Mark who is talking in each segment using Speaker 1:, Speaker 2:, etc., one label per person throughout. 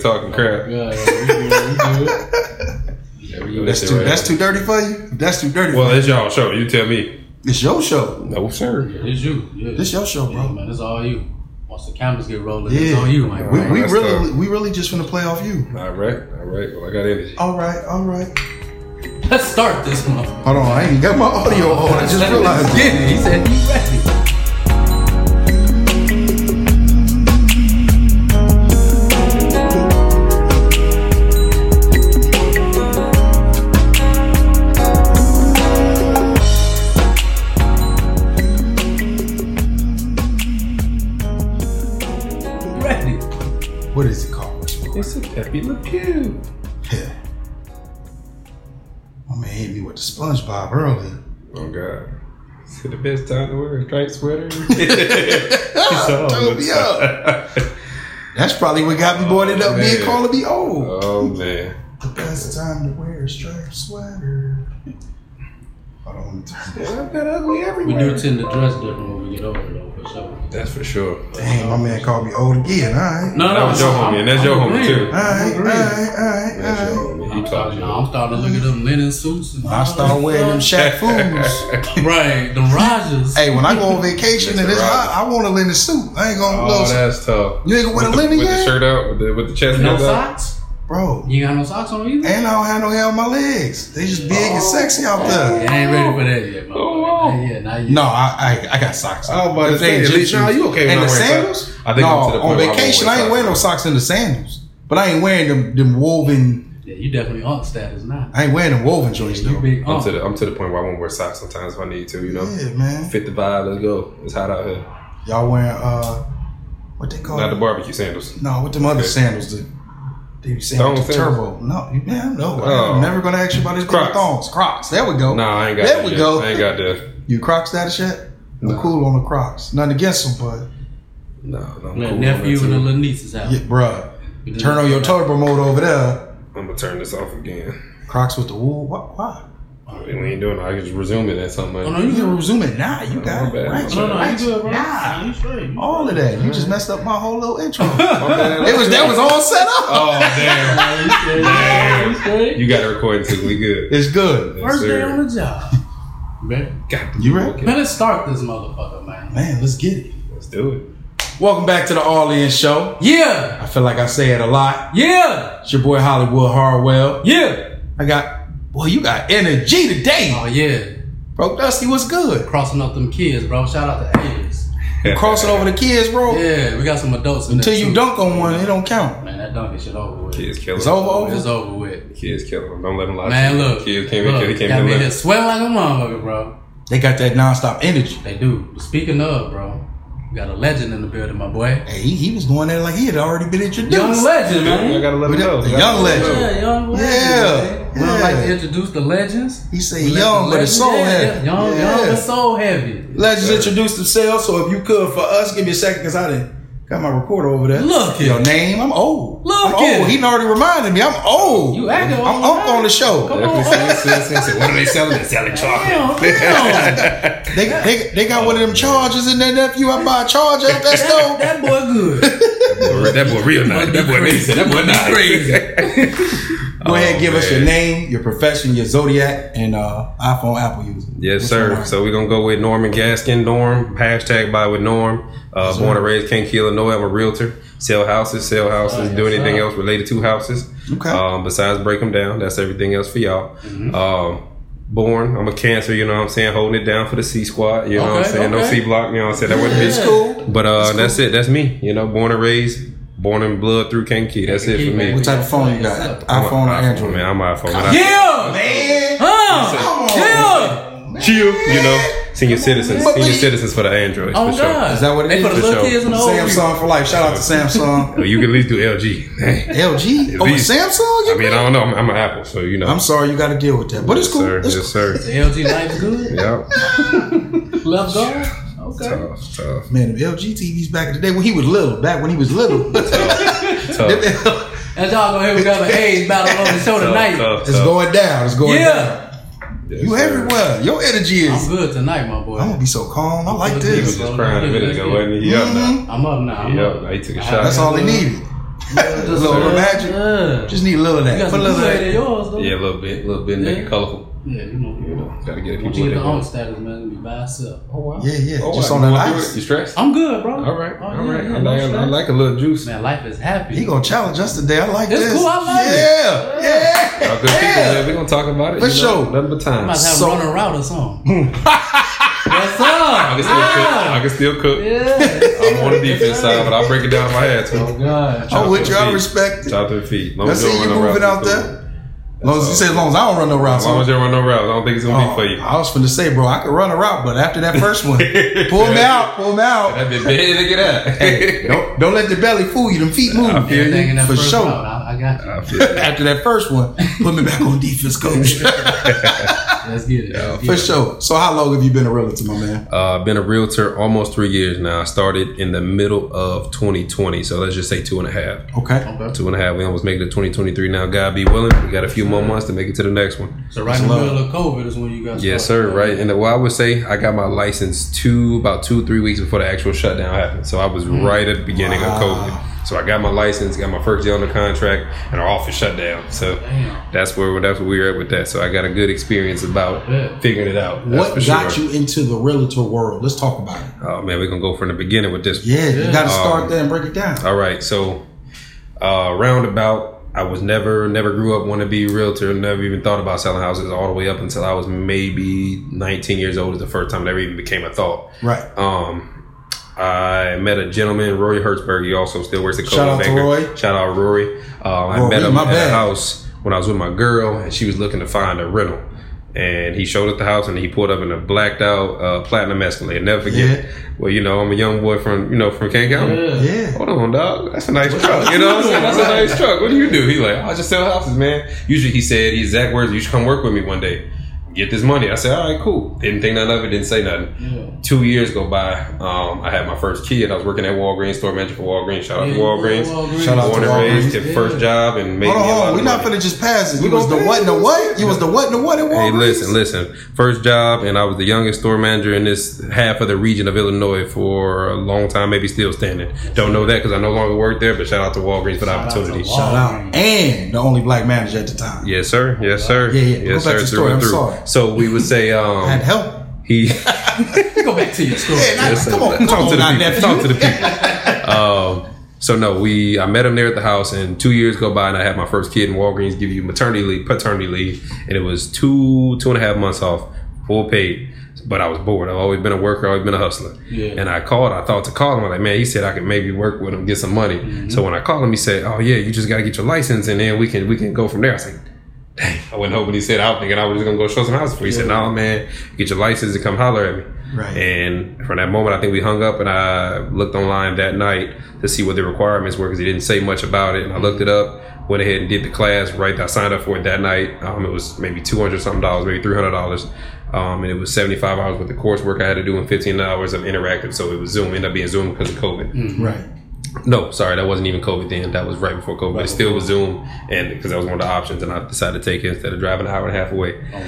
Speaker 1: talking crap.
Speaker 2: Yeah, yeah, we do it. We do it. Yeah, we do
Speaker 3: That's
Speaker 2: it
Speaker 3: too,
Speaker 2: right
Speaker 3: that's
Speaker 2: now.
Speaker 3: too dirty for you. That's too dirty.
Speaker 1: Well, it's y'all show. You tell me.
Speaker 3: it's your show.
Speaker 1: No, sir.
Speaker 2: It's you. Yeah.
Speaker 3: This your show,
Speaker 2: Yeah,
Speaker 3: bro.
Speaker 2: man, it's all you. Once the cameras get rolling,
Speaker 3: Yeah,
Speaker 2: it's on you, my
Speaker 3: We,
Speaker 2: man.
Speaker 3: we
Speaker 1: That's
Speaker 3: really,
Speaker 1: tough.
Speaker 3: we really just want to play off you.
Speaker 1: All right. All right. Well, I got energy.
Speaker 3: All right, all right.
Speaker 2: Let's start this one.
Speaker 3: Hold on, I ain't got my audio on. I just realized.
Speaker 2: Get it. He said he ready. Ready.
Speaker 3: What is it called?
Speaker 1: It's a Pepe Le Pew.
Speaker 3: Yeah. My man hit me with the SpongeBob early.
Speaker 1: Oh God. Is it the best time to wear a striped sweater? It's all
Speaker 3: Dude,
Speaker 1: good
Speaker 3: yeah.
Speaker 1: stuff.
Speaker 3: That's probably what got me boarded up being
Speaker 1: Oh, man.
Speaker 3: called to be old.
Speaker 1: oh man.
Speaker 3: The best time to wear a striped sweater. Hold on, let me turn this.
Speaker 1: I've got ugly
Speaker 2: We
Speaker 1: everywhere.
Speaker 2: do tend to dress different when we get older, though, for sure.
Speaker 1: That's for sure.
Speaker 3: Dang, my man called me old again. All right.
Speaker 2: No, no,
Speaker 1: That was your
Speaker 2: I'm-
Speaker 1: homie, and that's
Speaker 2: I'm
Speaker 1: your homie,
Speaker 2: agreeing.
Speaker 1: too.
Speaker 3: All right, all
Speaker 2: I'm agreeing.
Speaker 3: right, all
Speaker 1: That's
Speaker 3: right, all right.
Speaker 1: your homie.
Speaker 2: I'm
Speaker 1: He taught
Speaker 2: starting,
Speaker 1: you.
Speaker 2: I'm starting to look at them linen suits. And
Speaker 3: I
Speaker 1: Oh,
Speaker 3: started wearing them Shaq Foos.
Speaker 2: Right, them Rogers.
Speaker 3: hey, when I go on vacation and
Speaker 1: Mr.
Speaker 3: it's hot, I
Speaker 1: Rogers.
Speaker 3: want a linen suit. I ain't gonna
Speaker 1: Oh,
Speaker 3: lose.
Speaker 1: that's tough.
Speaker 3: You ain't gonna wear a
Speaker 1: with the,
Speaker 3: linen
Speaker 1: with the
Speaker 3: yet?
Speaker 1: shirt out, with the, with the chest
Speaker 2: No
Speaker 1: out.
Speaker 2: socks?
Speaker 3: Bro,
Speaker 2: You ain't got no socks on either?
Speaker 3: and I don't have no hair on my legs. They just big and sexy out there.
Speaker 2: Yeah, I ain't ready for that yet, man.
Speaker 1: Oh, wow.
Speaker 2: Yeah, not yet.
Speaker 3: No, I, I I got socks.
Speaker 1: I was about to
Speaker 3: If they
Speaker 1: say,
Speaker 3: ain't
Speaker 1: at
Speaker 3: gym
Speaker 1: least now
Speaker 3: shoes.
Speaker 1: you okay with
Speaker 3: And
Speaker 1: not
Speaker 3: the
Speaker 1: wearing
Speaker 3: sandals?
Speaker 1: socks? I think I'm to the
Speaker 3: no, on
Speaker 1: point where I won't
Speaker 3: vacation
Speaker 1: wear
Speaker 3: I ain't wearing no
Speaker 1: socks.
Speaker 3: socks in the sandals. But I ain't wearing them them woven.
Speaker 2: Yeah, you definitely on status now.
Speaker 3: I ain't wearing them woven joints
Speaker 2: You
Speaker 3: though.
Speaker 2: big
Speaker 1: I'm to
Speaker 2: on.
Speaker 1: the I'm to the point where I won't wear socks sometimes if I need to. You know,
Speaker 3: Yeah, man.
Speaker 1: fit the vibe. Let's go. It's hot out here.
Speaker 3: Y'all wearing uh, what they call
Speaker 1: Not
Speaker 3: it?
Speaker 1: the barbecue sandals.
Speaker 3: No, with them other sandals that they be saying with the
Speaker 1: Thongs, sandals?
Speaker 3: turbo. No, you man, no.
Speaker 1: Oh.
Speaker 3: I'm never gonna ask you about these
Speaker 1: Crocs.
Speaker 3: Crocs. thongs. Crocs. There we go.
Speaker 1: Nah, I ain't got
Speaker 3: There
Speaker 1: that
Speaker 3: we
Speaker 1: yet.
Speaker 3: go.
Speaker 1: I ain't got that.
Speaker 3: You Crocs that shit? I'm
Speaker 1: Nah.
Speaker 3: cool on the Crocs. Nothing against them,
Speaker 1: No, no. I'm
Speaker 2: Little
Speaker 1: cool on that,
Speaker 2: nephew and the
Speaker 1: too.
Speaker 2: little niece is
Speaker 3: but
Speaker 2: out.
Speaker 3: yeah, bruh. Turn on your turbo mode over there.
Speaker 1: I'm gonna turn this off again.
Speaker 3: Crocs with the wool. Why? why?
Speaker 1: I mean, we ain't doing it. I can just resume it at some
Speaker 2: Oh,
Speaker 1: point.
Speaker 2: no, you
Speaker 3: You
Speaker 2: good.
Speaker 3: can resume it now. You got
Speaker 1: my
Speaker 3: it.
Speaker 1: bad, my
Speaker 2: No,
Speaker 3: Right,
Speaker 2: no, you
Speaker 3: right.
Speaker 2: good, bro.
Speaker 3: Nah.
Speaker 2: You straight. You
Speaker 3: All of that. You just messed up my whole little intro.
Speaker 1: My bad.
Speaker 3: it was that was all set up.
Speaker 1: Oh damn!
Speaker 2: straight. You straight.
Speaker 1: You got to record until we good.
Speaker 3: It's good.
Speaker 2: First day
Speaker 1: Sir.
Speaker 2: on the job. Ready?
Speaker 1: God,
Speaker 3: You ready?
Speaker 1: okay,
Speaker 2: Man, let's start this motherfucker, man.
Speaker 3: Man, let's get it.
Speaker 1: Let's do it.
Speaker 3: Welcome back to the All In Show.
Speaker 2: Yeah,
Speaker 3: I feel like I say it a lot.
Speaker 2: yeah,
Speaker 3: It's your boy Hollywood Harwell.
Speaker 2: yeah.
Speaker 3: I got, boy, you got energy today.
Speaker 2: Oh yeah,
Speaker 3: Bro, Dusty, what's good?
Speaker 2: crossing up them kids, bro. Shout out to Alias.
Speaker 3: You crossing over the kids, bro.
Speaker 2: Yeah, we got some adults in
Speaker 3: Until
Speaker 2: there
Speaker 3: you
Speaker 2: too.
Speaker 3: dunk on one, it don't count.
Speaker 2: Man, that dunking shit over with.
Speaker 1: Kids killing.
Speaker 3: It's
Speaker 1: them.
Speaker 3: over, over.
Speaker 2: It's over with.
Speaker 1: Kids killing. them. Don't let them lie. to
Speaker 2: Man,
Speaker 1: you.
Speaker 2: look.
Speaker 1: Kids came
Speaker 2: look,
Speaker 1: in. Kids came
Speaker 2: got
Speaker 1: in.
Speaker 2: me here
Speaker 1: left.
Speaker 2: sweating like a motherfucker, bro.
Speaker 3: They got that nonstop energy.
Speaker 2: They do. But speaking of, bro, we got a legend in the building, my boy.
Speaker 3: Hey, he, he was going there like he had already been introduced.
Speaker 2: Young legend,
Speaker 1: I
Speaker 2: man.
Speaker 1: gotta let
Speaker 3: With
Speaker 1: them
Speaker 3: the-
Speaker 1: know.
Speaker 3: the
Speaker 1: I gotta
Speaker 3: young
Speaker 1: let them
Speaker 3: legend.
Speaker 1: know.
Speaker 2: Yeah, young legend.
Speaker 3: Yeah,
Speaker 2: man. We like
Speaker 3: yeah.
Speaker 2: to introduce the legends.
Speaker 3: He said
Speaker 2: Let the
Speaker 3: young, but
Speaker 2: legends-
Speaker 3: it's so
Speaker 2: yeah,
Speaker 3: heavy.
Speaker 2: Yeah, young,
Speaker 3: Yeah.
Speaker 2: young, but so heavy.
Speaker 3: Legends introduce themselves, so if you could for us, give me a second because I didn't got my recorder over there.
Speaker 2: Look it.
Speaker 3: your name. I'm old.
Speaker 2: Look
Speaker 3: I'm
Speaker 2: it.
Speaker 3: old. He done already reminded me. I'm old.
Speaker 2: You acting
Speaker 3: I'm
Speaker 2: old
Speaker 3: up
Speaker 2: now.
Speaker 3: on the show.
Speaker 2: Come
Speaker 1: Definitely
Speaker 2: on.
Speaker 1: send- send- send- send. What are they selling? They're selling chocolate.
Speaker 2: Damn, damn.
Speaker 3: They, they, they got one of them chargers in there, nephew. I buy a charger at
Speaker 2: that,
Speaker 3: that store.
Speaker 2: that boy good.
Speaker 1: That boy- that boy real nice. That boy crazy.
Speaker 2: Crazy.
Speaker 1: That boy nice.
Speaker 3: Go ahead,
Speaker 1: Oh,
Speaker 3: give us your
Speaker 1: man.
Speaker 3: name, your profession, your zodiac, and uh, iPhone, Apple user.
Speaker 1: Yes,
Speaker 3: What's your
Speaker 1: sir.
Speaker 3: name?
Speaker 1: So we're gonna go with Norman Gaskin. Norm hashtag by with Norm. Uh, born and raised King Key, Illinois. I'm a realtor. Sell houses, sell houses,
Speaker 2: yes,
Speaker 1: do anything
Speaker 2: sir.
Speaker 1: else related to houses.
Speaker 3: Okay. Mm-hmm.
Speaker 1: Um, besides break them down, that's everything else for y'all. Um, born, I'm a cancer. You know what I'm saying? Holding it down for the C squad. You know what I'm
Speaker 2: Okay,
Speaker 1: saying? No
Speaker 2: okay.
Speaker 1: C block. You know what I'm saying? That wasn't me.
Speaker 3: It's cool.
Speaker 1: But uh, that's, it. That's me. You know, born and raised, born in blood through Kankakee. That's it
Speaker 2: Kankakee,
Speaker 1: for me.
Speaker 2: man.
Speaker 3: What type of phone you got?
Speaker 1: I'm a-
Speaker 3: iPhone or Android?
Speaker 1: Man, I'm an iPhone. But I-
Speaker 2: Yeah,
Speaker 3: Man,
Speaker 2: huh? Yeah.
Speaker 1: Chill, you know, senior citizens,
Speaker 3: man.
Speaker 1: senior citizens for the Androids.
Speaker 2: Oh
Speaker 1: for
Speaker 2: God,
Speaker 3: Is that what it
Speaker 2: they
Speaker 3: is?
Speaker 2: put the
Speaker 1: For
Speaker 2: little
Speaker 1: sure.
Speaker 2: kids in the old people.
Speaker 3: Samsung for life. Shout out to Samsung.
Speaker 1: sure. You can at least do LG. Hey,
Speaker 3: LG
Speaker 1: At
Speaker 3: over
Speaker 1: least.
Speaker 3: Oh, Samsung.
Speaker 1: I
Speaker 3: You
Speaker 1: mean, I don't know. I'm, I'm an Apple, so you know.
Speaker 3: I'm sorry, you got to deal with that, but it's
Speaker 1: Yes,
Speaker 3: cool.
Speaker 1: Sir.
Speaker 3: It's
Speaker 1: yes,
Speaker 3: cool.
Speaker 1: sir.
Speaker 2: The LG life's good.
Speaker 1: Yeah.
Speaker 2: Love God. Okay.
Speaker 1: Tough, tough,
Speaker 3: Man, the LG TVs back in the day when he was little, back when he was little.
Speaker 1: tough.
Speaker 2: And y'all gonna hear we got an AIDS battle on the show tonight.
Speaker 1: tough,
Speaker 3: it's
Speaker 1: tough.
Speaker 3: going down. It's going down.
Speaker 2: Yeah,
Speaker 1: Yes,
Speaker 3: You
Speaker 1: sir.
Speaker 3: everywhere. Your energy
Speaker 2: I'm
Speaker 3: is.
Speaker 2: good tonight, my boy.
Speaker 3: I'm gonna be so calm. I like
Speaker 1: He was
Speaker 3: this.
Speaker 1: just crying a minute ago, wasn't he? He up now.
Speaker 2: I'm up now. I'm
Speaker 1: He
Speaker 2: up.
Speaker 1: up now. He took a
Speaker 2: I-
Speaker 1: shot.
Speaker 3: That's Mm-hmm. all they needed. Yeah,
Speaker 2: Just
Speaker 3: a little
Speaker 2: uh,
Speaker 3: magic.
Speaker 2: Yeah.
Speaker 3: Just need a little of
Speaker 2: you
Speaker 3: that.
Speaker 2: got
Speaker 3: Put
Speaker 2: some
Speaker 3: a little of
Speaker 2: good
Speaker 3: that.
Speaker 2: at yours though.
Speaker 1: Yeah, a little bit, a little bit, make
Speaker 2: Yeah.
Speaker 1: it colorful.
Speaker 2: Yeah, you know,
Speaker 1: You
Speaker 2: you know.
Speaker 1: know, gotta get people
Speaker 2: Once you
Speaker 1: what
Speaker 2: get
Speaker 1: they
Speaker 2: the own
Speaker 1: want.
Speaker 2: status, man, you be by yourself.
Speaker 1: Oh wow.
Speaker 3: Yeah, yeah,
Speaker 1: Oh,
Speaker 3: just
Speaker 1: wow.
Speaker 3: on the
Speaker 1: You wanna do
Speaker 3: ice.
Speaker 1: it? You stressed?
Speaker 2: I'm good, bro.
Speaker 1: All right,
Speaker 2: Oh,
Speaker 1: all
Speaker 2: yeah,
Speaker 1: right.
Speaker 2: yeah,
Speaker 1: I,
Speaker 2: no
Speaker 1: like, I
Speaker 2: stress.
Speaker 1: like a little juice.
Speaker 2: Man, life is happy.
Speaker 3: He gonna challenge us today. I like
Speaker 2: It's
Speaker 3: this.
Speaker 2: cool, I like it.
Speaker 3: yeah, Yeah,
Speaker 1: Y'all good people,
Speaker 3: yeah.
Speaker 1: man. We're gonna talk about it.
Speaker 3: For
Speaker 1: You know,
Speaker 3: sure.
Speaker 1: Nothing but
Speaker 2: I
Speaker 1: time.
Speaker 2: might have
Speaker 3: So-
Speaker 2: run a route or something. What's up? I
Speaker 1: I can still cook.
Speaker 3: Ah!
Speaker 1: I can still cook.
Speaker 2: Yeah.
Speaker 1: I'm on the defense side, but I'll break it down if I had to.
Speaker 2: Oh God.
Speaker 3: I'm with you. I
Speaker 1: Feet.
Speaker 3: respect it.
Speaker 1: Top to the feet. Long
Speaker 3: I
Speaker 1: as
Speaker 3: see
Speaker 1: don't run
Speaker 3: you
Speaker 1: no
Speaker 3: moving out
Speaker 1: routes, it's
Speaker 3: there. As long as you
Speaker 1: all.
Speaker 3: say, as long as I don't run no routes.
Speaker 1: cool. As long
Speaker 3: I'm-
Speaker 1: as you don't run no routes, I don't think it's gonna
Speaker 3: Oh,
Speaker 1: be for you.
Speaker 3: I was finna say, bro, I could run a route, but after that first one, pull me out, pull me out.
Speaker 1: That'd be big. Look at that.
Speaker 3: Don't, don't let the belly fool you. Them feet move.
Speaker 1: I feel
Speaker 2: Everything in that
Speaker 3: For
Speaker 2: first
Speaker 3: sure.
Speaker 2: route, I, I got you.
Speaker 1: I feel it.
Speaker 3: After that first one, put me back on defense, coach.
Speaker 2: Let's get it. Let's get
Speaker 3: For
Speaker 2: it.
Speaker 3: sure. So, how long have you been a realtor, my man?
Speaker 1: Uh, been a realtor almost three years now. I started in the middle of 2020, so let's just say two and a half.
Speaker 3: Okay.
Speaker 2: Okay.
Speaker 1: Two and a half. We almost make it to 2023 now. God be willing, we got a few more months to make it to the next one.
Speaker 2: So right in the middle of COVID is when you got.
Speaker 1: Yes,
Speaker 2: started.
Speaker 1: sir. Right, and uh, well, I would say I got my license two about two three weeks before the actual shutdown happened. So I was right at the beginning
Speaker 3: Hmm. Wow.
Speaker 1: of COVID. So I got my license, got my first deal on the contract, and our office shut down. So
Speaker 2: Damn.
Speaker 1: that's where that's where we were at with that. So I got a good experience about
Speaker 2: Yeah.
Speaker 1: figuring it out. That's
Speaker 3: What got you into the realtor world? Let's talk about it.
Speaker 1: Oh man, we're gonna go from the beginning with this.
Speaker 3: Yeah, you got to start
Speaker 1: Um,
Speaker 3: there and break it down.
Speaker 1: All right, so uh, roundabout, I was never, never grew up wanting to be a realtor. Never even thought about selling houses all the way up until I was maybe 19 years old. Is the first time it ever even became a thought.
Speaker 3: Right.
Speaker 1: Um, I met a gentleman, Roy Hertzberg. He also still works at
Speaker 3: Shout
Speaker 1: Coldwell
Speaker 3: out to
Speaker 1: Banker.
Speaker 3: Roy.
Speaker 1: Shout out Rory. Um, I
Speaker 3: Rory,
Speaker 1: met him
Speaker 3: my
Speaker 1: at a
Speaker 3: bad.
Speaker 1: house when I was with my girl, and she was looking to find a rental. And he showed us the house, and he pulled up in a blacked out uh, platinum Escalade. Never forget.
Speaker 3: Yeah.
Speaker 1: it. Well, you know, I'm a young boy from you know from Kane County.
Speaker 2: Yeah.
Speaker 3: Yeah.
Speaker 1: Hold on, dog. That's a nice truck. You know what I'm saying? That's a nice truck. What do you do? He like, "Oh, I just sell houses, man. Usually he said, his exact words, you should come work with me one day. Get this money. I said, all right, cool. Didn't think none of it, didn't say nothing.
Speaker 2: Yeah.
Speaker 1: Two years go by. Um, I had my first kid. I was working at Walgreens, store manager for Walgreens. Shout out
Speaker 2: Yeah,
Speaker 1: to Walgreens.
Speaker 3: Shout out to
Speaker 1: Born and raised,
Speaker 3: Walgreens.
Speaker 1: did first job and made
Speaker 3: Hold on,
Speaker 1: me a
Speaker 3: hold
Speaker 1: lot
Speaker 3: on.
Speaker 1: of
Speaker 3: We're not
Speaker 1: money.
Speaker 3: finna just pass it.
Speaker 1: We
Speaker 3: You was the
Speaker 1: gonna
Speaker 3: what and the
Speaker 1: pass
Speaker 3: what? You was the what and the what at
Speaker 1: Hey,
Speaker 3: Walgreens?
Speaker 1: listen, listen. First job, and I was the youngest store manager in this half of the region of Illinois for a long time, maybe still standing. Don't know that because I no longer work there, but shout out to Walgreens for the
Speaker 2: Shout out to
Speaker 1: opportunity.
Speaker 2: Wal-
Speaker 3: Shout out. And the only black manager at the time.
Speaker 1: Yes, sir. Yes, sir.
Speaker 3: Yeah, yeah. Go
Speaker 1: Yes,
Speaker 3: back to the
Speaker 1: sir.
Speaker 3: story.
Speaker 1: Through and
Speaker 3: I'm
Speaker 1: through.
Speaker 3: sorry.
Speaker 1: So we would say
Speaker 3: Had
Speaker 1: um,
Speaker 3: help.
Speaker 1: he.
Speaker 2: Go back to your story.
Speaker 3: Yeah, nah,
Speaker 1: Yes, sir.
Speaker 3: come on,
Speaker 1: talk
Speaker 3: come
Speaker 1: to
Speaker 3: on,
Speaker 1: the
Speaker 3: now,
Speaker 1: people.
Speaker 3: nephew.
Speaker 1: Talk to the people. um, so no, we I met him there at the house, and two years go by, and I had my first kid in Walgreens. Give you maternity leave, paternity leave, and it was two two and a half months off, full paid. But I was bored. I've always been a worker. Always been a hustler.
Speaker 2: Yeah.
Speaker 1: And I called. I thought to call him. I'm like, man, he said I could maybe work with him, get some money. So when I called him, he said, oh yeah, you just got to get your license, and then we can we can go from there. I was like, dang, I wasn't hoping he said I was thinking I was just gonna go show some houses for you. He said, no man, get your license and come holler at me.
Speaker 3: Right.
Speaker 1: And from that moment, I think we hung up and I looked online that night to see what the requirements were because he didn't say much about it. And I looked it up, went ahead and did the class. Right, I signed up for it that night. Um, it was maybe two hundred something dollars, maybe three hundred dollars, um, and it was seventy five hours worth of coursework I had to do and fifteen hours of interactive. So it was Zoom. It ended up being Zoom because of COVID.
Speaker 3: Right.
Speaker 1: No, sorry, that wasn't even COVID then. That was right before COVID. But it still was Zoom, and because that was one of the options, and I decided to take it instead of driving an hour and a half away.
Speaker 2: Oh,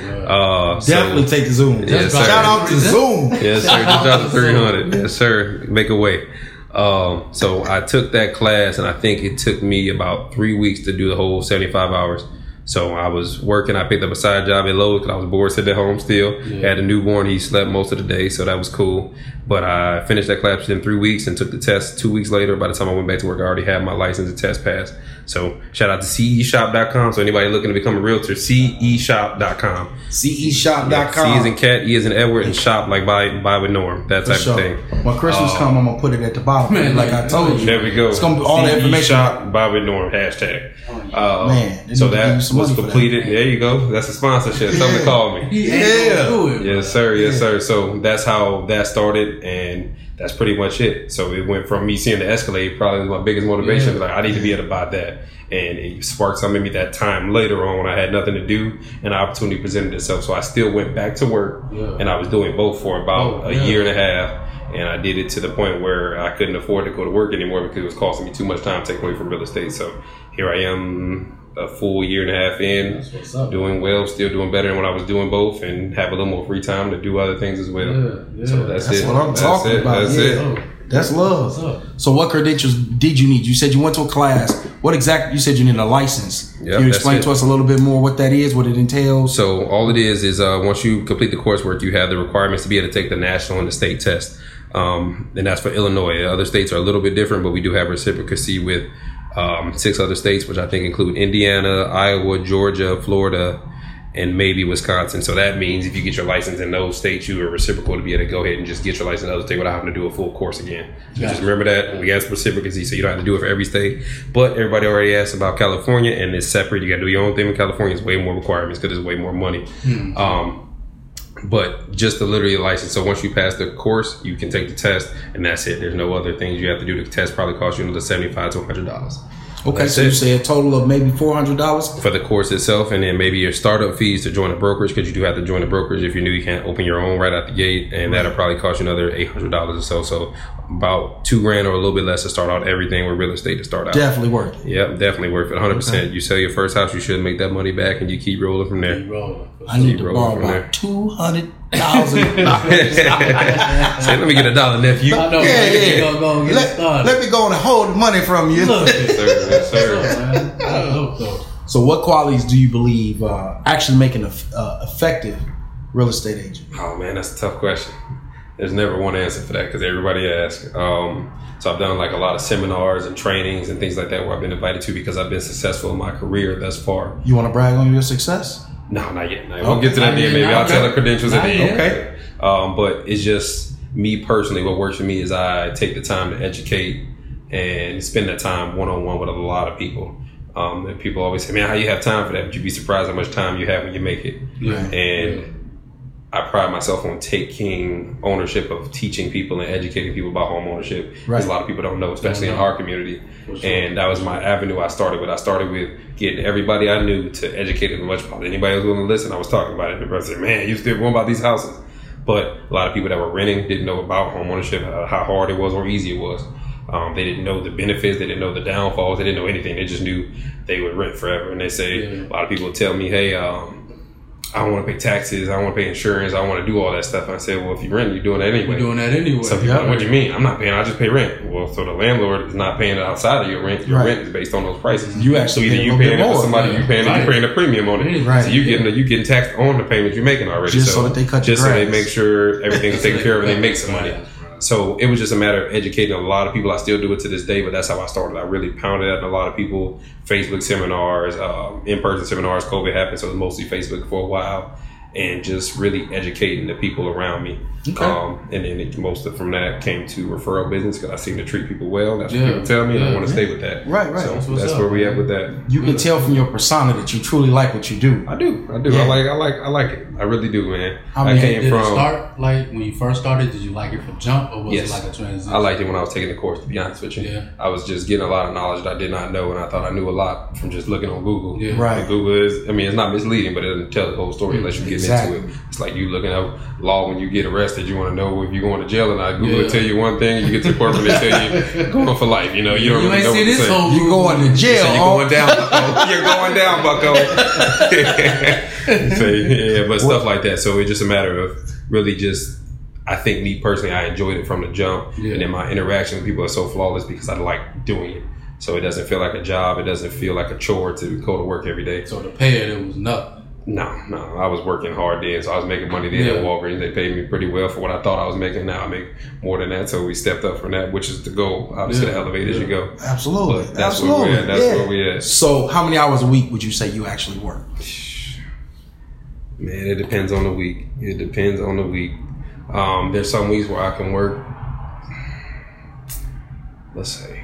Speaker 1: Uh, so-
Speaker 3: Definitely take the Zoom.
Speaker 1: Yes,
Speaker 3: Shout
Speaker 1: sir.
Speaker 3: out to Zoom.
Speaker 1: Yes, sir. Just drop the 300. Yes, sir. Make a way. Um, so I took that class, and I think it took me about three weeks to do the whole 75 hours. So I was working. I picked up a side job at Lowe's because I was bored sitting at home still. Had a newborn. He slept most of the day, so that was cool. But I finished that class in three weeks and took the test two weeks later. By the time I went back to work, I already had my license and test passed. So shout out to E ceshop.com. So anybody looking to become a realtor, E ceshop.com.
Speaker 3: E
Speaker 1: C is
Speaker 3: CEshop.com.
Speaker 1: in cat, E is in Edward, and shop like buy buy with Norm, that
Speaker 3: For
Speaker 1: type
Speaker 3: sure.
Speaker 1: of thing. Um,
Speaker 3: When Christmas come, I'm gonna put it at the bottom,
Speaker 2: Man,
Speaker 3: like oh, I told you.
Speaker 1: There we go.
Speaker 3: It's gonna be all the
Speaker 1: CE
Speaker 3: information. Oh,
Speaker 1: Shop buy with Norm hashtag. Uh,
Speaker 3: Man, they
Speaker 1: so
Speaker 3: need to give you
Speaker 1: that
Speaker 3: some
Speaker 1: was
Speaker 3: money for that.
Speaker 1: completed. There you go. That's a sponsorship. Something
Speaker 3: Yeah.
Speaker 1: to call me.
Speaker 2: He ain't
Speaker 3: Yeah.
Speaker 2: gonna do it.
Speaker 1: Yes, sir. Yes, sir. So that's how that started, and that's pretty much it. So it went from me seeing the Escalade, probably was my biggest motivation.
Speaker 2: Yeah.
Speaker 1: Like I need to be able to buy that, and it sparked something in me that time later on when I had nothing to do, and the opportunity presented itself. So I still went back to work,
Speaker 2: Yeah.
Speaker 1: and I was doing both for about
Speaker 2: Oh,
Speaker 1: a
Speaker 2: yeah.
Speaker 1: year and a half. And I did it to the point where I couldn't afford to go to work anymore because it was costing me too much time taken away from real estate. So here I am, a full year and a half in,
Speaker 2: That's what's up.
Speaker 1: doing well, still doing better than when I was doing both, and have a little more free time to do other things as well.
Speaker 2: Yeah, yeah.
Speaker 1: So that's,
Speaker 3: That's
Speaker 1: it.
Speaker 3: what I'm
Speaker 1: that's
Speaker 3: talking
Speaker 1: it.
Speaker 3: about,
Speaker 1: That's
Speaker 3: yeah.
Speaker 1: it.
Speaker 2: Oh,
Speaker 4: That's
Speaker 2: What's
Speaker 4: love.
Speaker 2: up?
Speaker 4: So, what credentials did you need? You said you went to a class. What exact? You said you needed a license.
Speaker 1: Yeah,
Speaker 4: Can you
Speaker 1: that's
Speaker 4: explain
Speaker 1: it.
Speaker 4: to us a little bit more what that is, what it entails?
Speaker 1: So all it is is uh, once you complete the coursework, you have the requirements to be able to take the national and the state test, um, and that's for Illinois. Other states are a little bit different, but we do have reciprocacy with um, six other states, which I think include Indiana, Iowa, Georgia, Florida, and maybe Wisconsin. So that means if you get your license in those states, you are reciprocal to be able to go ahead and just get your license in other state without having to do a full course again. So just
Speaker 2: Gotcha.
Speaker 1: remember that we ask reciprocity, so you don't have to do it for every state. But everybody already asked about California, and it's separate. You got to do your own thing in California. It's way more requirements because there's way more money. Um, but just the literally license. So once you pass the course, you can take the test, and that's it. There's no other things you have to do. The test probably costs you another seventy-five to hundred dollars
Speaker 4: Okay,
Speaker 1: that's
Speaker 4: so you
Speaker 1: it.
Speaker 4: said a total of maybe four hundred dollars.
Speaker 1: for the course itself, and then maybe your startup fees to join a brokerage because you do have to join a brokerage if you're new. You can't open your own right out the gate, and that'll probably cost you another eight hundred dollars or so. So about two grand or a little bit less to start out everything with real estate to start out.
Speaker 4: Definitely worth it.
Speaker 1: Yep, definitely worth it. Hundred percent. You sell your first house, you should make that money back, and you keep rolling from there.
Speaker 2: You rolling.
Speaker 4: I need to
Speaker 1: Zero
Speaker 4: borrow
Speaker 1: from there.
Speaker 4: about two hundred thousand dollars.
Speaker 1: Say, let me get a dollar, nephew.
Speaker 2: I know.
Speaker 3: Yeah,
Speaker 2: man.
Speaker 3: yeah.
Speaker 2: You gonna go and get
Speaker 3: Let,
Speaker 2: started.
Speaker 3: let me go and hold the money from you.
Speaker 2: Look,
Speaker 1: Yes, sir. Yes, sir.
Speaker 2: what's up, man? I hope so.
Speaker 4: So, what qualities do you believe uh, actually make an eff- uh, effective real estate agent?
Speaker 1: Oh man, that's a tough question. There's never one answer for that because everybody asks. Um, so I've done like a lot of seminars and trainings and things like that where I've been invited to because I've been successful in my career thus far.
Speaker 4: You want to brag on your success?
Speaker 1: No, not yet. No,
Speaker 4: Okay.
Speaker 1: We'll get to that
Speaker 2: Not
Speaker 1: yet.
Speaker 2: yet,
Speaker 1: Maybe
Speaker 2: not
Speaker 1: I'll tell
Speaker 2: yet.
Speaker 1: the credentials at
Speaker 2: Not
Speaker 1: the
Speaker 2: yet.
Speaker 1: end. Okay. Um, but it's just me personally. What works for me is I take the time to educate and spend that time one on one with a lot of people. Um, and people always say, "Man, how you have time for that?" But you'd be surprised how much time you have when you make it
Speaker 2: Yeah.
Speaker 1: and I pride myself on taking ownership of teaching people and educating people about home ownership.
Speaker 4: Right.
Speaker 1: Because a lot of people don't know, especially
Speaker 2: Don't
Speaker 1: in
Speaker 2: know.
Speaker 1: our community.
Speaker 2: For sure.
Speaker 1: And that was my avenue I started with. I started with getting everybody I knew to educate as much about it. Anybody who was willing to listen, I was talking about it. Everybody said, man, you still going about these houses. But a lot of people that were renting didn't know about home ownership, uh, how hard it was or easy it was. Um, they didn't know the benefits. They didn't know the downfalls. They didn't know anything. They just knew they would rent forever. And they say,
Speaker 2: Yeah.
Speaker 1: a lot of people tell me, hey, um, I don't want to pay taxes. I don't want to pay insurance. I want to do all that stuff. And I said, well, if you rent, you're doing that
Speaker 2: We're
Speaker 1: anyway.
Speaker 2: doing that anyway.
Speaker 1: Some people, are like, what do you mean? I'm not paying. I just pay rent. Well, so the landlord is not paying it outside of your rent. Your
Speaker 4: Right.
Speaker 1: rent is based on those prices.
Speaker 4: You
Speaker 1: so
Speaker 4: actually
Speaker 1: either
Speaker 4: pay a
Speaker 1: you
Speaker 4: little bit
Speaker 1: paying it
Speaker 4: more,
Speaker 1: for somebody,
Speaker 4: yeah.
Speaker 1: you paying
Speaker 2: Right.
Speaker 1: you paying a premium on it.
Speaker 4: Right.
Speaker 1: So you getting you getting taxed on the payment you're making already.
Speaker 4: Just so that they cut your
Speaker 1: just so they
Speaker 4: grass.
Speaker 1: make sure everything's taken care of and they make some money.
Speaker 2: Right.
Speaker 1: So it was just a matter of educating a lot of people. I still do it to this day, but that's how I started. I really pounded at a lot of people, Facebook seminars, um, in person seminars. COVID happened, so it was mostly Facebook for a while, and just really educating the people around me.
Speaker 4: Okay.
Speaker 1: Um, and then it, most of from that came to referral business because I seem to treat people well. That's
Speaker 2: Yeah.
Speaker 1: what people tell me, and I
Speaker 2: Yeah,
Speaker 1: want to stay with that.
Speaker 4: Right, right.
Speaker 1: So
Speaker 4: That's
Speaker 1: that's,
Speaker 2: what's up.
Speaker 1: where we at with that.
Speaker 4: You can tell from your persona that you truly like what you do.
Speaker 1: I do, I do.
Speaker 4: Yeah.
Speaker 1: I like, I like, I like it. I really do, man.
Speaker 4: I
Speaker 1: I,
Speaker 4: mean,
Speaker 1: came
Speaker 2: Did it
Speaker 1: from.
Speaker 2: start like when you first started? Did you like it from jump, or was
Speaker 1: Yes.
Speaker 2: it like a transition?
Speaker 1: I liked it when I was taking the course, to be honest with you.
Speaker 2: Yeah.
Speaker 1: I was just getting a lot of knowledge that I did not know, and I thought I knew a lot from just looking on Google.
Speaker 2: Yeah. Mm,
Speaker 4: Right.
Speaker 1: And Google is, I mean, it's not misleading, but it doesn't tell the whole story unless you get
Speaker 4: Exactly.
Speaker 1: into it. It's like you looking up law when you get arrested. You want to know if you're going to jail or not. Google
Speaker 2: Yeah.
Speaker 1: will tell you one thing, you get to court and they tell you going for life. You know, you don't
Speaker 2: You
Speaker 1: really
Speaker 2: ain't
Speaker 1: know
Speaker 2: see
Speaker 1: what to
Speaker 2: this
Speaker 1: say.
Speaker 2: whole.
Speaker 4: You going to
Speaker 1: So
Speaker 4: jail?
Speaker 1: you're
Speaker 4: all-
Speaker 1: going down, Bucko. you're going down, Bucko. so, yeah, but stuff like that. So it's just a matter of really just. I think me personally, I enjoyed it from the jump,
Speaker 2: Yeah.
Speaker 1: and then my interaction with people are so flawless because I like doing it. So it doesn't feel like a job. It doesn't feel like a chore to go to work every day.
Speaker 2: So the payout it was nothing.
Speaker 1: No, no, I was working hard then, so I was making money then
Speaker 2: Yeah.
Speaker 1: at Walgreens. They paid me pretty well for what I thought I was making. Now I make more than that, so we stepped up from that, which is the goal. Obviously,
Speaker 2: Yeah.
Speaker 1: to elevate as you go.
Speaker 4: Absolutely.
Speaker 1: But that's
Speaker 4: Absolutely.
Speaker 1: where we're at. That's
Speaker 4: yeah.
Speaker 1: where we at.
Speaker 4: So, how many hours a week would you say you actually work?
Speaker 1: Man, it depends on the week. It depends on the week. Um, there's some weeks where I can work. Let's say,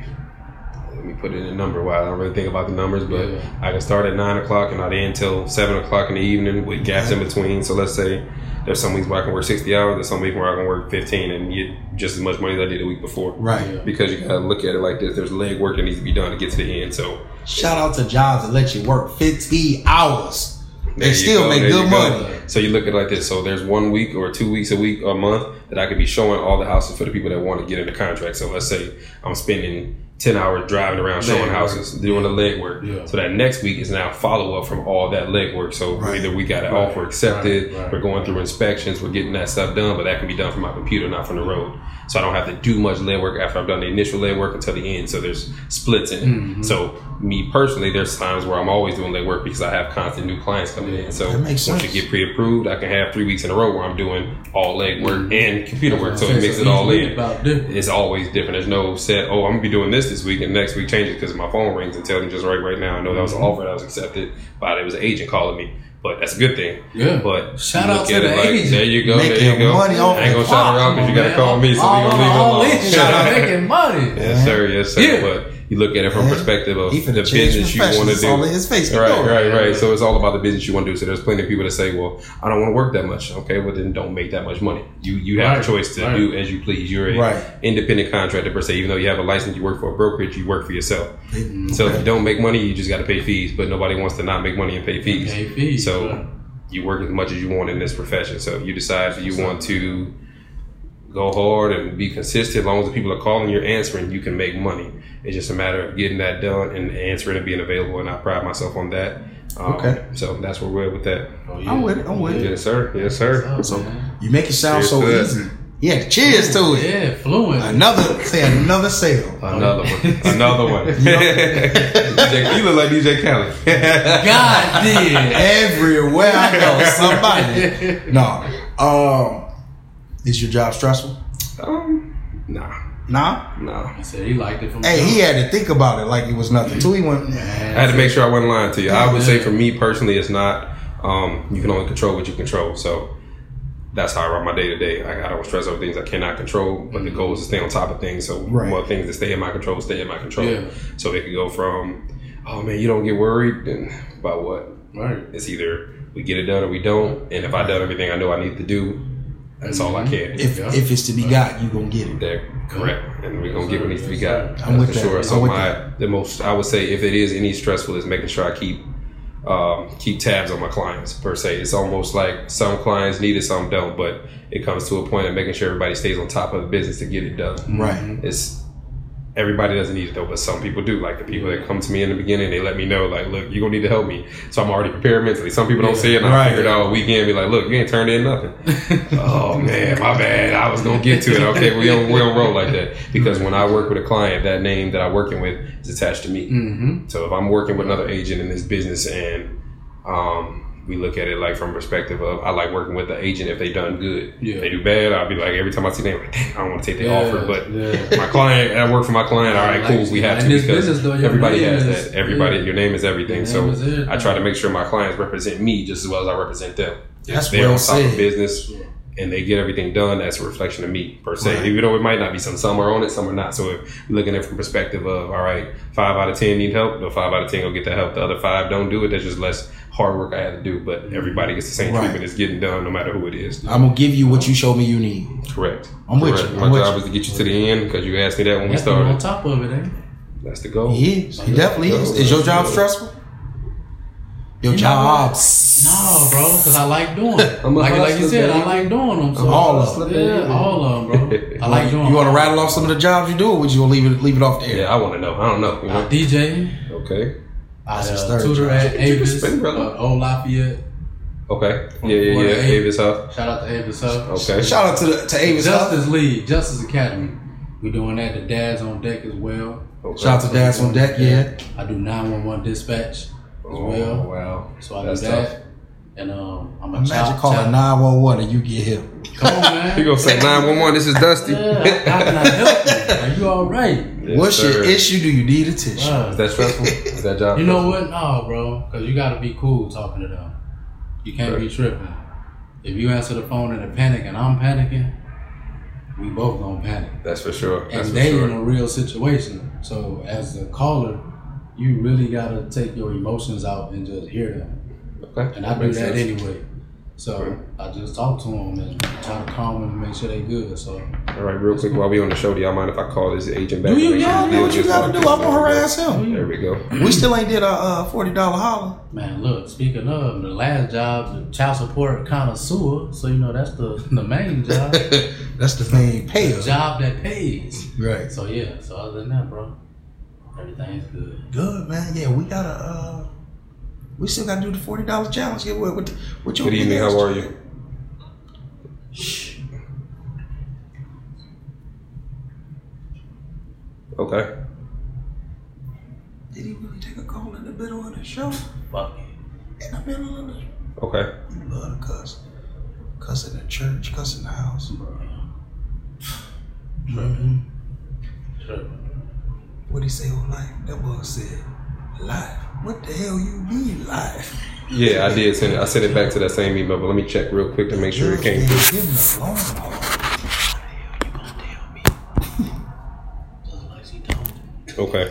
Speaker 1: let me put it in a number. Why I don't really think about the numbers, but
Speaker 2: Yeah.
Speaker 1: I can start at nine o'clock and I'd end till seven o'clock in the evening with gaps in between. So let's say there's some weeks where I can work sixty hours. There's some weeks where I can work fifteen and get just as much money as I did the week before.
Speaker 4: Right.
Speaker 2: Yeah.
Speaker 1: Because you gotta look at it like this. There's leg work that needs to be done to get to the end. So
Speaker 4: Shout out to jobs that let you work 15 hours. They
Speaker 1: There you
Speaker 4: still
Speaker 1: go,
Speaker 4: make
Speaker 1: there
Speaker 4: good
Speaker 1: you go.
Speaker 4: money.
Speaker 1: So you look at it like this. So there's one week or two weeks a week or a month that I could be showing all the houses for the people that want to get in the contract. So let's say I'm spending ten hours driving around showing
Speaker 2: Leg work.
Speaker 1: houses, doing the leg work.
Speaker 2: Yeah.
Speaker 1: So that next week is now follow up from all that leg work. So
Speaker 3: Right.
Speaker 1: either we got it
Speaker 2: Right.
Speaker 1: offer accepted,
Speaker 2: Right. Right.
Speaker 1: we're going through inspections, we're getting that stuff done, but that can be done from my computer, not from the road. So I don't have to do much leg work after I've done the initial leg work until the end. So there's splits in it.
Speaker 2: Mhm.
Speaker 1: So me personally, there's times where I'm always doing leg work because I have constant new clients coming in. So
Speaker 4: That makes
Speaker 1: once
Speaker 4: sense.
Speaker 1: you get pre-approved, I can have three weeks in a row where I'm doing all leg work and computer work. So it makes it
Speaker 2: he's
Speaker 1: all
Speaker 2: really
Speaker 1: in
Speaker 2: About different.
Speaker 1: it's always different. There's no set. Oh, I'm gonna be doing this this week, and next week change it because my phone rings and tell them just right right now. I know that was an
Speaker 2: Mm-hmm.
Speaker 1: offer that was accepted, but it was an agent calling me. But that's a good thing.
Speaker 2: Yeah.
Speaker 1: But
Speaker 2: Shout
Speaker 1: you
Speaker 2: out
Speaker 1: look
Speaker 2: to
Speaker 1: at
Speaker 2: the
Speaker 1: it like,
Speaker 2: agent.
Speaker 1: There you go.
Speaker 4: Making
Speaker 1: there you go.
Speaker 4: money off
Speaker 1: I ain't gonna
Speaker 4: the
Speaker 1: shout her
Speaker 4: clock.
Speaker 1: out because you gotta
Speaker 2: Man,
Speaker 1: call me, so we
Speaker 2: all-
Speaker 1: gonna leave her
Speaker 2: all
Speaker 1: alone.
Speaker 2: in. Shout out making money.
Speaker 1: Yes, sir. Yes, sir.
Speaker 2: Yeah.
Speaker 1: But you look at it from
Speaker 4: Man,
Speaker 1: perspective of
Speaker 4: He
Speaker 1: the
Speaker 4: finna change
Speaker 1: business you want to
Speaker 4: professions.
Speaker 1: do.
Speaker 4: All in his face.
Speaker 1: Right,
Speaker 4: Go.
Speaker 1: right, right. So it's all about the business you want to do. So there's plenty of people that say, "Well, I don't want to work that much." Okay, well then don't make that much money. You you have
Speaker 2: Right,
Speaker 1: a choice to
Speaker 2: right.
Speaker 1: do as you please. You're a
Speaker 4: Right.
Speaker 1: independent contractor per se. Even though you have a license, you work for a brokerage. You work for yourself.
Speaker 4: It-
Speaker 1: So if you don't make money, you just got to pay fees. But nobody wants to not make money and pay fees.
Speaker 2: Pay fees,
Speaker 1: So
Speaker 2: right.
Speaker 1: you work as much as you want in this profession. So if you decide you want to go hard and be consistent, as long as the people are calling, you're answering, you can make money. It's just a matter of getting that done and answering and being available. And I pride myself on that. Um,
Speaker 4: Okay.
Speaker 1: So that's where we're at with that.
Speaker 2: Oh,
Speaker 4: I'm with it. I'm with it.
Speaker 1: Yes, sir. Yes, sir.
Speaker 4: So you make it sound
Speaker 1: Cheers
Speaker 4: so
Speaker 1: to that.
Speaker 4: easy. Yeah, cheers to it.
Speaker 2: Yeah, fluent.
Speaker 4: Another say another sale.
Speaker 1: Another one. Another one. DJ, you look like DJ Khaled.
Speaker 2: God did.
Speaker 4: Everywhere I go, somebody. no. Um, is your job stressful?
Speaker 1: um, nah,
Speaker 4: Nah.
Speaker 1: nah.
Speaker 2: He said he liked it from
Speaker 4: Hey, he had to think about it like it was nothing. Too, he
Speaker 1: I
Speaker 4: went.
Speaker 1: had to make sure I wasn't lying to you. I would say for me personally, it's not. Um, you can only control what you control. So that's how I run my day to day. I I don't stress over things I cannot control, but the goal is to stay on top of things. So
Speaker 4: Right.
Speaker 1: what things that stay in my control stay in my control.
Speaker 2: Yeah.
Speaker 1: So it could go from, oh man, you don't get worried and about what?
Speaker 2: Right.
Speaker 1: It's either we get it done or we don't. And if I done everything I know I need to do, that's all I can. do.
Speaker 4: If
Speaker 2: Yeah.
Speaker 4: if it's to be got, you gonna get it.
Speaker 1: That correct, and we're gonna get what needs to be got.
Speaker 4: I'm with
Speaker 1: for
Speaker 4: that.
Speaker 1: sure.
Speaker 4: I'm
Speaker 1: So
Speaker 4: with
Speaker 1: my the most I would say if it is any stressful is making sure I keep um, keep tabs on my clients per se. It's almost like some clients need it, some don't. But it comes to a point of making sure everybody stays on top of the business to get it done.
Speaker 4: Right.
Speaker 1: It's everybody doesn't need it though, but some people do. Like the people that come to me in the beginning, they let me know like, look, you're gonna need to help me. So I'm already prepared mentally. Some people don't see it, and I
Speaker 4: Right.
Speaker 1: figure it out weekend. Be like, look, you ain't turned in nothing oh man, my bad. I was gonna get to it. Okay, we don't we don't roll like that because when I work with a client, that name that I'm working with is attached to me.
Speaker 2: Mm-hmm.
Speaker 1: So if I'm working with another agent in this business and um, we look at it like from perspective of I like working with the agent if they done good.
Speaker 2: Yeah.
Speaker 1: If they do bad, I'll be like every time I see them, like, dang, I don't want to take the offer, but.
Speaker 2: yeah.
Speaker 1: My client, I work for my client. All right,
Speaker 2: Like,
Speaker 1: cool. We have
Speaker 2: in
Speaker 1: to
Speaker 2: this
Speaker 1: because
Speaker 2: business, though, your
Speaker 1: everybody
Speaker 2: name
Speaker 1: has
Speaker 2: is-
Speaker 1: that. Everybody,
Speaker 2: yeah.
Speaker 1: your name is everything.
Speaker 2: Your
Speaker 1: so
Speaker 2: name is everything.
Speaker 1: I try to make sure my clients represent me just as well as I represent them.
Speaker 4: That's
Speaker 1: They're
Speaker 4: well
Speaker 1: on top of
Speaker 4: said.
Speaker 1: business and they get everything done, that's a reflection of me per se.
Speaker 4: Right.
Speaker 1: Even though it might not be some, some are on it, some are not. So if you're looking at it from perspective of, all right, five out of ten need help, the five out of ten go get the help. The other five don't do it. That's just less hard work I had to do. But everybody gets the same
Speaker 4: Right.
Speaker 1: treatment. It's getting done no matter who it is.
Speaker 4: I'm gonna give you what you show me you need.
Speaker 1: Correct.
Speaker 4: I'm with
Speaker 1: Correct.
Speaker 4: you.
Speaker 1: My
Speaker 4: I'm with
Speaker 1: job
Speaker 4: you.
Speaker 1: is to get you to the end because you asked me that when we
Speaker 2: That's the one on
Speaker 1: started.
Speaker 2: top of it, ain't it?
Speaker 1: That's the goal.
Speaker 4: He is. He definitely is. Is your job stressful? Your
Speaker 2: You know
Speaker 4: job.
Speaker 2: No, bro, because I like doing it.
Speaker 1: I'm a
Speaker 2: like, like you
Speaker 1: hustler,
Speaker 2: said, I
Speaker 1: baby.
Speaker 2: like doing them. So
Speaker 4: all of
Speaker 2: Yeah, all of them, bro. I like doing
Speaker 4: You want to
Speaker 2: them.
Speaker 4: rattle off some of the jobs you do, or would you gonna leave it leave it off the air?
Speaker 1: Yeah, I want to know. I don't know. You
Speaker 2: I
Speaker 1: know?
Speaker 2: DJ.
Speaker 1: Okay.
Speaker 2: I
Speaker 4: That's his
Speaker 2: uh,
Speaker 4: third
Speaker 2: tutor
Speaker 4: job.
Speaker 2: at
Speaker 1: You can
Speaker 2: Avis,
Speaker 1: spin, brother.
Speaker 2: uh, Old Lafayette.
Speaker 1: Okay. Yeah, yeah,
Speaker 2: One
Speaker 1: yeah.
Speaker 2: to eight.
Speaker 1: Avis Huff.
Speaker 2: Shout out to Avis Hub.
Speaker 1: Okay.
Speaker 4: Shout out to the, to Avis. Huff.
Speaker 2: Justice League, Justice Academy. We're doing that. The dads on deck as well.
Speaker 1: Okay.
Speaker 4: Shout out to Dad's on deck. Yeah.
Speaker 2: I do 911 dispatch as
Speaker 1: Oh,
Speaker 2: well.
Speaker 1: wow.
Speaker 2: So I
Speaker 1: That's
Speaker 2: do that. And um, I'm a
Speaker 4: Imagine
Speaker 2: child.
Speaker 4: calling
Speaker 2: child.
Speaker 4: nine one one and you get hit.
Speaker 2: Come on, man.
Speaker 1: You gonna say nine one one? This is Dusty.
Speaker 2: Yeah, how can I help you? Are you all right?
Speaker 1: Yes,
Speaker 4: What's
Speaker 1: sir.
Speaker 4: your issue? Do you need a tissue?
Speaker 2: Bruh.
Speaker 1: Is that stressful? Is that job?
Speaker 2: You know
Speaker 1: stressful?
Speaker 2: what? No, bro. Because you got to be cool talking to them. You can't be tripping. If you answer the phone in a panic and I'm panicking, we both gonna panic.
Speaker 1: That's for sure. That's
Speaker 2: And
Speaker 1: for
Speaker 2: they in
Speaker 1: sure.
Speaker 2: a real situation. So as a caller, you really gotta take your emotions out and just hear them.
Speaker 1: Okay.
Speaker 2: And I do
Speaker 1: Makes
Speaker 2: that
Speaker 1: sense.
Speaker 2: anyway. So I just talk to them and try to calm them and make sure they good. So
Speaker 1: All right, real quick while we on the show, do y'all mind if I call this agent back?
Speaker 4: Do you?
Speaker 1: Make sure
Speaker 4: Yeah, I
Speaker 1: this
Speaker 4: know
Speaker 1: deal
Speaker 4: what you
Speaker 1: gets locked
Speaker 4: gotta do.
Speaker 1: in.
Speaker 4: I'm gonna harass him.
Speaker 1: There we go.
Speaker 4: We still ain't did a uh, forty dollar holler.
Speaker 2: man, look. Speaking of the last job, the child support connoisseur. So you know that's the the main job.
Speaker 4: That's the main payer.
Speaker 2: job that pays.
Speaker 4: Right.
Speaker 2: So yeah, so other than that, bro, Everything's good.
Speaker 3: Good man. Yeah, we gotta. uh We still gotta do the forty dollars challenge. Get what? What, what your
Speaker 1: Good evening.
Speaker 3: big ass
Speaker 1: How are
Speaker 3: doing?
Speaker 1: you? Okay.
Speaker 3: Did he really take a call in the middle of the show?
Speaker 2: Fuck it.
Speaker 3: In the middle of the
Speaker 1: Okay.
Speaker 3: you love to cuss, cuss in the church, cuss in the house.
Speaker 4: Mm-hmm.
Speaker 3: Mhm.
Speaker 2: Tripping.
Speaker 3: What he say on life? That boy said, life. What the hell you mean life?
Speaker 1: Yeah, I did send it. I sent it back to that same email, but let me check real quick to make sure it came through.
Speaker 3: Give him the long haul.
Speaker 2: Just like she told me.
Speaker 1: Okay.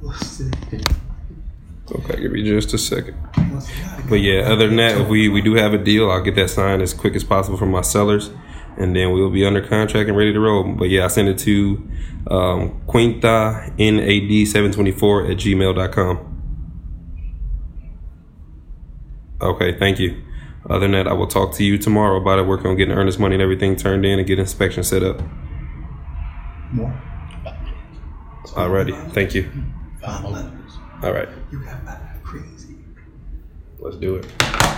Speaker 3: What's the,
Speaker 1: Okay, give me just a second.
Speaker 3: what's the
Speaker 1: But yeah, other than that, if we, we do have a deal, I'll get that signed as quick as possible from my sellers, and then we'll be under contract and ready to roll. But yeah, I sent it to um, Quinta NAD seven twenty four at gmail.com. Okay, thank you. Other than that, I will talk to you tomorrow about it, working on getting earnest money and everything turned in and get inspection set up.
Speaker 3: More.
Speaker 1: Alrighty, thank you.
Speaker 2: Five more minutes.
Speaker 1: All right,
Speaker 3: You got that crazy.
Speaker 1: let's do it.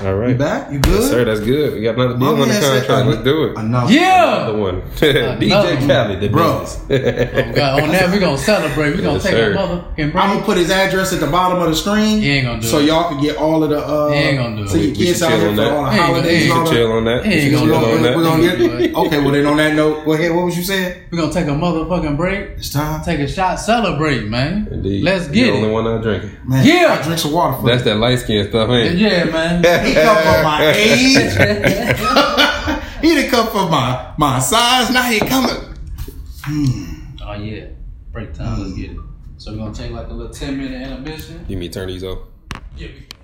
Speaker 1: All right,
Speaker 3: You back? Oh, You good?
Speaker 1: Yes, sir, that's good. We got another deal
Speaker 3: Mommy
Speaker 1: under
Speaker 3: had said-
Speaker 1: contract. Let's do it.
Speaker 3: Enough.
Speaker 2: Yeah.
Speaker 1: Another one.
Speaker 2: Another
Speaker 1: DJ
Speaker 2: one.
Speaker 1: Khaled, the
Speaker 3: Bro.
Speaker 2: Oh, God. On that, we're gonna celebrate. We're gonna
Speaker 1: Yes,
Speaker 2: take
Speaker 1: sir.
Speaker 2: a motherfucking break.
Speaker 3: I'm gonna put his address at the bottom of the screen.
Speaker 2: He ain't gonna do
Speaker 3: so
Speaker 2: it.
Speaker 3: y'all can get all of the. Uh,
Speaker 2: He ain't gonna do it.
Speaker 3: So your
Speaker 1: We- we
Speaker 3: kids
Speaker 1: should
Speaker 3: out
Speaker 1: chill
Speaker 3: here
Speaker 1: on
Speaker 3: for
Speaker 1: that.
Speaker 3: all the
Speaker 2: He ain't
Speaker 3: holidays.
Speaker 1: You
Speaker 3: and all
Speaker 1: should
Speaker 3: that.
Speaker 1: chill on that.
Speaker 2: He ain't
Speaker 1: You should
Speaker 2: gonna
Speaker 3: We're
Speaker 1: chill
Speaker 2: do
Speaker 1: on
Speaker 3: gonna,
Speaker 2: it.
Speaker 3: we're
Speaker 1: that.
Speaker 3: gonna get
Speaker 2: Good.
Speaker 3: Okay, well then on that note, go ahead. What was you saying?
Speaker 2: We're gonna take a motherfucking break.
Speaker 3: It's time,
Speaker 2: Take a shot. Celebrate, man.
Speaker 1: Indeed.
Speaker 2: Let's
Speaker 1: You
Speaker 2: get
Speaker 1: the only
Speaker 2: it.
Speaker 1: one not drinking.
Speaker 3: man.
Speaker 2: Yeah.
Speaker 3: I drink some water for
Speaker 1: That's
Speaker 3: you.
Speaker 1: that light skin stuff, ain't
Speaker 2: Yeah, man.
Speaker 3: He come for my age.
Speaker 2: yeah,
Speaker 3: he done come for my my size. Now he coming.
Speaker 2: Oh yeah, break time. Let's get it. So we're gonna take like a little ten minute intermission.
Speaker 1: Give me turn these off.
Speaker 2: Yeah. We-